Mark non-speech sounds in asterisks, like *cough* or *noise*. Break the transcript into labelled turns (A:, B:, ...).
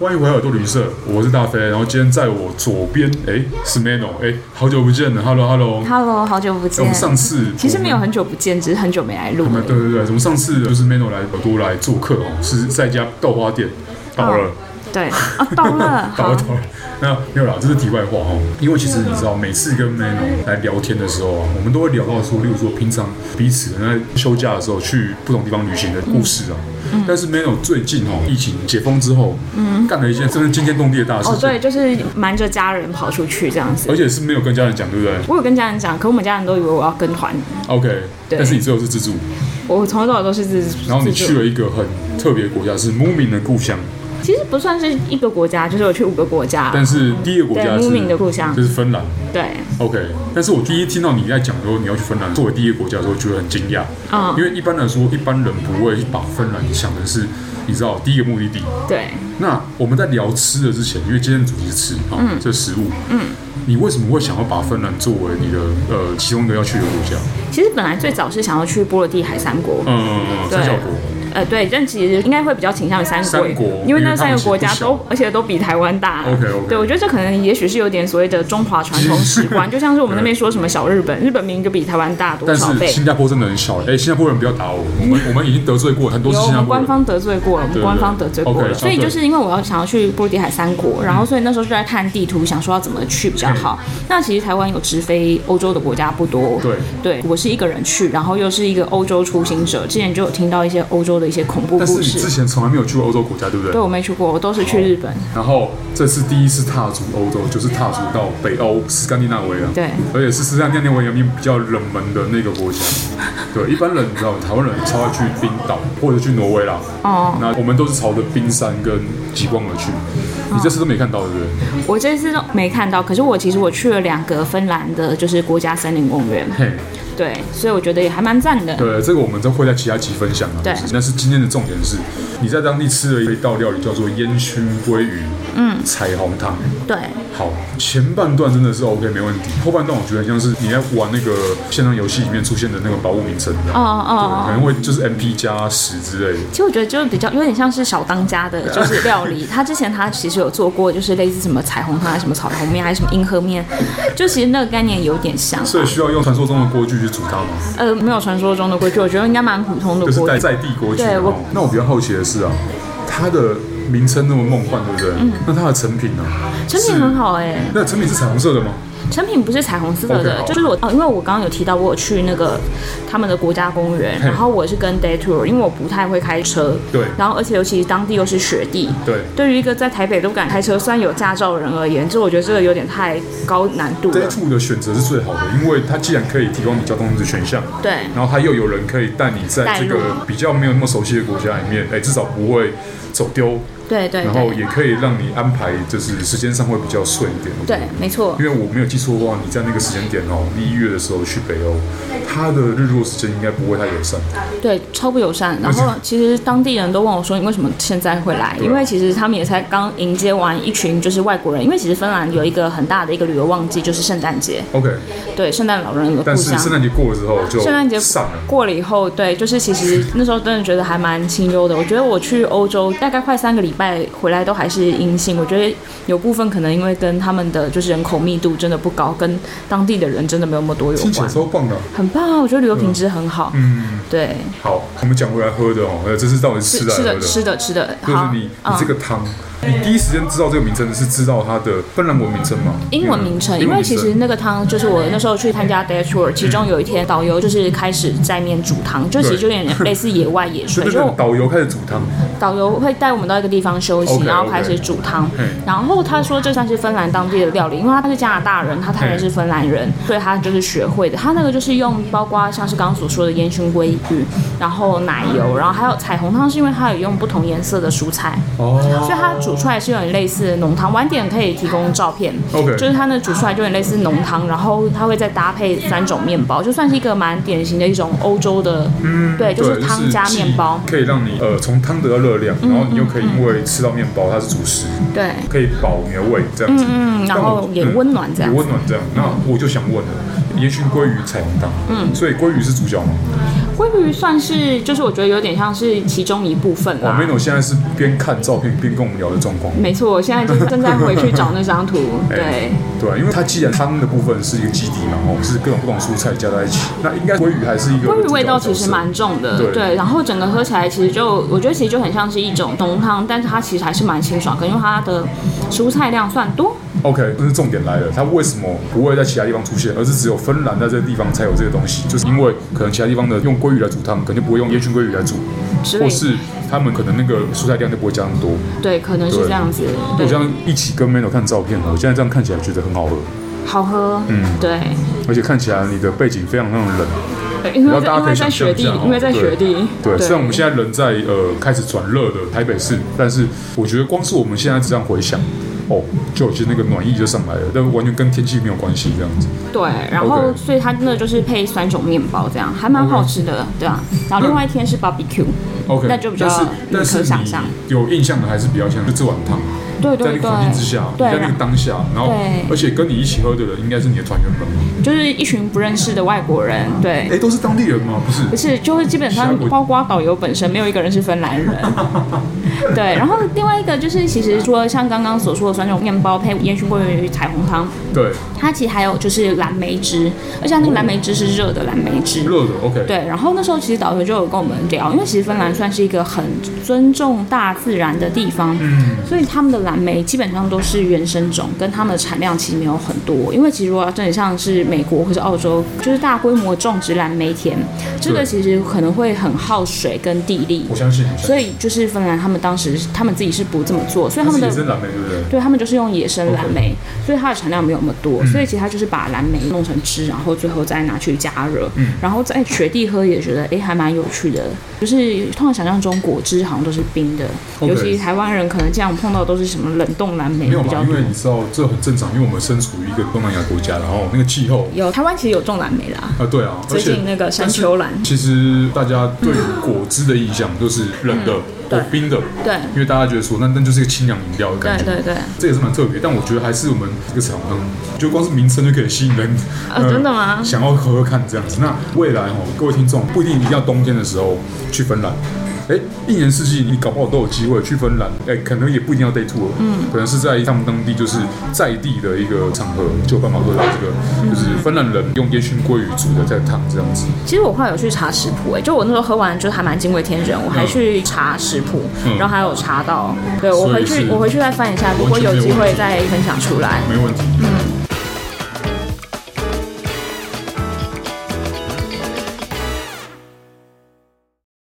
A: 欢迎回到杜旅社，我是大飞。然后今天在我左边，哎，是 Mano，哎，好久不见了，Hello Hello。
B: Hello，好久不
A: 哎我
B: 见。
A: 们上次
B: 其实没有很久不见，只是很久没来录
A: 我
B: 了
A: 们。对对对，我们上次就是 Mano 来耳朵来做客哦，是在一家豆花店倒了。
B: 对，啊，到
A: *laughs*
B: 了，
A: 倒
B: 好
A: 了，倒了，那没有啦，这是题外话哦。因为其实你知道，每次跟 Mano 来聊天的时候啊，我们都会聊到说，例如说平常彼此在休假的时候去不同地方旅行的故事啊。
B: 嗯
A: 但是 Mano 最近哦，疫情解封之后，嗯，干了一件真的惊天动地的大事
B: 哦，
A: 情，
B: 对，就是瞒着家人跑出去这样子
A: 而。且是没有跟家人讲，对不对
B: 我有跟家人讲，可我们家人都以为我要跟团，
A: ？OK，
B: 对
A: 但是你最后是自助，
B: 我从头到尾都是自自助。啊
A: 然后你去了一个很特别的国家，是 Moomin 的故乡，
B: 其实不算是一个国家，就是我去五个国家。
A: 但是第一个国
B: 对
A: 家是
B: ，Moomin 的故乡
A: 就是芬兰。
B: 对，
A: OK，但是我第一听到你在讲说你要去芬兰作为第一个国家的时候，觉得很惊讶，
B: 嗯
A: 因为一般来说，一般人不会把芬兰想的是，你知道第一个目的地。
B: 对，
A: 那我们在聊吃的之前，因为今天的主题是吃啊，这食物，嗯，你为什么会想要把芬兰作为你的呃其中一个要去的国家？
B: 其实本来最早是想要去波罗的海三国。
A: 嗯，
B: 对
A: 三小国，
B: 呃，对，但其实应该会比较倾向于三国，
A: 三国
B: 因为那三个国
A: 因
B: 家
A: 为他们
B: 都，而且都比台湾大。
A: OK，OK
B: 对，我觉得这可能也许是有点所谓的中华传统
A: *laughs*
B: 习惯，就像是我们那边说什么小日本，日本明明就比台湾大多
A: 但
B: 少
A: 是
B: 倍。
A: 新加坡真的很小，哎，新加坡人不要
B: *laughs*
A: 打我，我们我们已经得罪过很多次
B: 有我
A: 新加
B: 们
A: 坡
B: 官
A: 人。
B: 方得罪过了，我
A: 对
B: 们官方得罪过了，
A: OK，
B: 所以就是因为我要想要去波罗的海三国，然后所以那时候就在看地图，想说要怎么去比较好。那其实台湾有直飞欧洲的国家不多，
A: 对
B: 对，我是一个人去，然后又是一个欧洲出行者，之前就有听到一些欧洲的一些恐怖
A: 但是
B: 故
A: 你之
B: 事，
A: 前从来没有去过欧洲国家，对不对？
B: 对我没去过，我都是去日本。
A: 然后这次第一次踏足欧洲，就是踏足到北欧斯堪的纳维亚，
B: 对
A: 而且是斯堪的纳维亚里面比较冷门的那个国
B: *laughs*
A: 家。对，一般人你知道，台湾人超爱去冰岛或者去挪威啦。
B: 哦
A: 那我们都是朝着冰山跟极光而去。你这次都没看到，对不对？
B: 我这次都没看到，可是我其实我去了两个芬兰的，就是国家森林公园，
A: 嘿，
B: 对，所以我觉得也还蛮赞的。
A: 对，这个我们都会在其他集分享啊。
B: 对
A: 就是但是今天的重点是，你在当地吃了一道料理，叫做烟熏鲑鱼，嗯，彩虹汤。
B: 对，
A: 好，前半段真的是 OK 没问题，后半段我觉得像是你在玩那个线上游戏里面出现的那个宝物名称的，
B: 哦哦
A: 可
B: 哦。
A: 能会就是 MP 加十之类的。
B: 其实我觉得就是比较有点像是小当家的，就是料理。他之前他其实有做过，就是类似什么彩虹汤、还是什么草红面，还是什么银河面，就其实那个概念有点像。
A: 所以需要用传说中的锅具去煮它吗？
B: 呃，没有传说中的规矩，我觉得应该蛮普通的
A: 就是
B: 锅
A: 在
B: 具。
A: 在地锅具。
B: 对我
A: 哦那我比较好奇的是啊，它的名称那么梦幻，对不对？
B: 嗯
A: 那它的成品呢？
B: 成品很好哎、
A: 那成品是彩虹色的吗？
B: 成品不是彩虹色的
A: OK，好
B: 就是我哦，因为我刚刚有提到我有去那个他们的国家公园，
A: 嘿
B: 然后我是跟 day tour，因为我不太会开车，
A: 对
B: 然后而且尤其当地又是雪地，
A: 对
B: 对于一个在台北都不敢开车，虽然有驾照的人而言，这我觉得这个有点太高难度
A: ，Day
B: 了，
A: Two 的选择是最好的，因为它既然可以提供你交通的选项，
B: 对
A: 然后它又有人可以带你在这
B: 带
A: 个
B: 路
A: 比较没有那么熟悉的国家里面，哎，至少不会走丢，
B: 对对
A: 然后
B: 对
A: 也可以让你安排，就是时间上会比较顺一点。
B: 对，没错，
A: 因为我没有记错的话，你在那个时间点哦，一月的时候去北欧，它的日落时间应该不会太友善。
B: 对，超不友善。然后其实当地人都问我说：“你为什么现在会
A: 啊
B: 来？”因为其实他们也才刚迎接完一群就是外国人，因为其实芬兰有一个很大的一个旅游旺季，就是圣诞节，
A: OK，
B: 对，圣诞老人的故
A: 但是
B: 乡。
A: 圣诞节过了之后就
B: 圣诞节
A: 散了。
B: 过了以后，对，就是其实那时候真的觉得还蛮清幽的。我觉得我去欧洲大概快三个礼拜回来都还是阴性，我觉得有部分可能因为跟他们的就是人口密度真的不高，跟当地的人真的没有那么多有
A: 听起来
B: 关。
A: 超棒的。
B: 很棒啊，我觉得旅游品质很好。
A: 嗯，
B: 对，
A: 好，我们讲回来喝的哦，呃，这是到底是
B: 吃
A: 吃的还
B: 吃
A: 是喝
B: 的
A: 的？
B: 吃的吃的，嗯
A: 就是
B: 好，
A: 你你这个汤，你第一时间知道这个名称是知道它的芬兰文名称吗？
B: 英文名称，
A: 嗯
B: 因为其实那个汤就是我那时候去参加 day tour，其中有一天导游就是开始在面煮汤，就其实就有点类似野外野
A: 对
B: 炊，
A: 对
B: 就
A: 对，导游开始煮汤，
B: 导游会带我们到一个地方休息
A: OK，OK
B: 然后开始煮汤
A: 嗯。
B: 然后他说这算是芬兰当地的料理，因为他是加拿大人，他太太是芬兰人，所以他就是学会的。他那个就是用包括像是刚刚所说的烟熏鲑鱼，然后奶油，然后还有彩虹汤，是因为它有用不同颜色的蔬菜。
A: 哦
B: 所以它煮出来是有点类似浓汤，晚点可以提供照片。
A: OK
B: 就是它那煮出来就有点类似浓汤，然后它会再搭配三种面包，就算是一个蛮典型的一种欧洲的，嗯，对，就
A: 对，
B: 是汤加面包，嗯
A: 可以让你呃从汤得到热量，然后你又可以因为吃到面包，它是主食，
B: 对，
A: 可以饱你的胃这样子。
B: 嗯嗯，然
A: 但我
B: 后也温暖这样
A: 嗯也。温暖这样。那我就想问了，烟熏鲑鱼彩虹糖，嗯，所以鲑鱼是主角嘛。
B: 鲑鱼算是，就是我觉得有点像是其中一部分
A: 我
B: 啦。
A: Mino 哦现在是边看照片边跟我们聊的状况。
B: 没错，我现在就是正在回去找那
A: *laughs*
B: 张图。对，
A: 对啊，因为它既然汤的部分是一个基底嘛，哦，是各种不同蔬菜加在一起，那应该鲑鱼还是一个
B: 鲑鱼味道
A: 主角的
B: 其
A: 角色
B: 实蛮重的，
A: 对
B: 然后整个喝起来其实就，我觉得其实就很像是一种浓汤，但是它其实还是蛮清爽，可能因为它的蔬菜量算多。
A: OK，但是重点来了，它为什么不会在其他地方出现，而是只有芬兰在这个地方才有这个东西？就是因为可能其他地方的用鲑鱼来煮汤，可能就不会用烟熏鲑鱼来煮
B: 之，类的
A: 或是他们可能那个蔬菜量就不会加那么多。
B: 对，可能是
A: 对
B: 这样子。
A: 我
B: 对
A: 这，样一起跟 Mano 看照片，我现在这样看起来觉得很好喝，
B: 好喝。嗯，对，
A: 而且看起来你的背景非常非常冷。
B: 对因
A: 然
B: 为
A: 后大
B: 在
A: 家可以想象
B: 因为在雪
A: 一
B: 地，
A: 下哦，
B: 因为在雪地。
A: 对，虽然我们现
B: 在
A: 在人在呃开始转热的台北市，但是我觉得光是我们现在这样回想，哦，就有些那个暖意就上来了，但完全跟天气没有关系这样子。
B: 对，然后
A: OK
B: 所以它真的就是配酸种面包这样，还蛮好吃的，对啊。然后另外一天是 barbecue，
A: OK，
B: 那就比较
A: 但是但是
B: 可想象
A: 你有印象的还是比较像就这碗汤，啊
B: 对
A: 在
B: 对
A: 那
B: 对
A: 个环境之下，，你
B: 对，
A: 在那个当下，然后
B: 对
A: 而且跟你一起喝的人应该是你的团员们，
B: 就是一群不认识的外国人，
A: *laughs*
B: 对。
A: 哎，都是当地人吗？不是
B: 不是，就是基本上
A: 下过
B: 包括导游本身，没有一个人是芬
A: *laughs*
B: 兰人。对，然后另外一个就是，其实除了像刚刚所说的酸种面包配烟熏鲑鱼彩虹汤，
A: 对，
B: 它其实还有就是蓝莓汁，而且它那个蓝莓汁是热的蓝莓汁。
A: 热的 OK，
B: 对，然后那时候其实导游就有跟我们聊，因为其实芬兰算是一个很尊重大自然的地方，
A: 嗯，
B: 所以他们的蓝莓基本上都是原生种，跟他们的产量其实没有很多。因为其实如果要真的像是美国或是澳洲，就是大规模种植蓝莓田，这个
A: 对
B: 其实可能会很耗水跟地力，
A: 我相信，我相信
B: 所以就是芬兰他们当时他们自己是不这么做，所以他们
A: 是
B: 的
A: 野生蓝莓对不对？
B: 对他们就是用野生蓝莓所以它的产量没有那么多，
A: 嗯
B: 所以其实它就是把蓝莓弄成汁，然后最后再拿去加热，
A: 嗯
B: 然后在雪地喝也觉得哎、诶还蛮有趣的，就是通常想象中果汁好像都是冰的
A: OK
B: 尤其台湾人可能这样碰到都是什么冷冻蓝莓
A: 没有
B: 比较
A: 吧？
B: 多
A: 因。为你知道这很正常，因为我们身处于一个东南亚国家，然后那个气候
B: 有台湾其实有种蓝莓啦，
A: 啊，对啊，而
B: 嗯最
A: 且
B: 近那个山丘蓝，
A: 其实大家对于果汁的印象就是冷的、
B: 嗯对
A: 或冰的，
B: 对
A: 因为大家觉得说那那就是一个清凉饮料的
B: 对
A: 感觉，
B: 对对，
A: 这也是蛮特别，但我觉得还是我们这个厂商，就光是名称就可以吸引人，呃
B: 啊真的吗
A: 想要喝喝看这样子。那未来哦，各位听众不一定一定要冬天的时候去芬兰。哎，一年四季你搞不好都有机会去芬兰，哎，可能也不一定要 day tour，嗯，可能是在他们当地就是在地的一个场合就有办法喝到这
B: 嗯
A: 个，就是芬兰人用烟熏鲑鱼煮的在汤这样子。
B: 其实我后来有去查食谱，哎，就我那时候喝完就还蛮惊为天人，我还去查食谱，
A: 嗯
B: 然后还有查到，对我
A: 所以
B: 回
A: 是
B: 去我回去再翻一下，如果有机会再分享出来。
A: 没问题。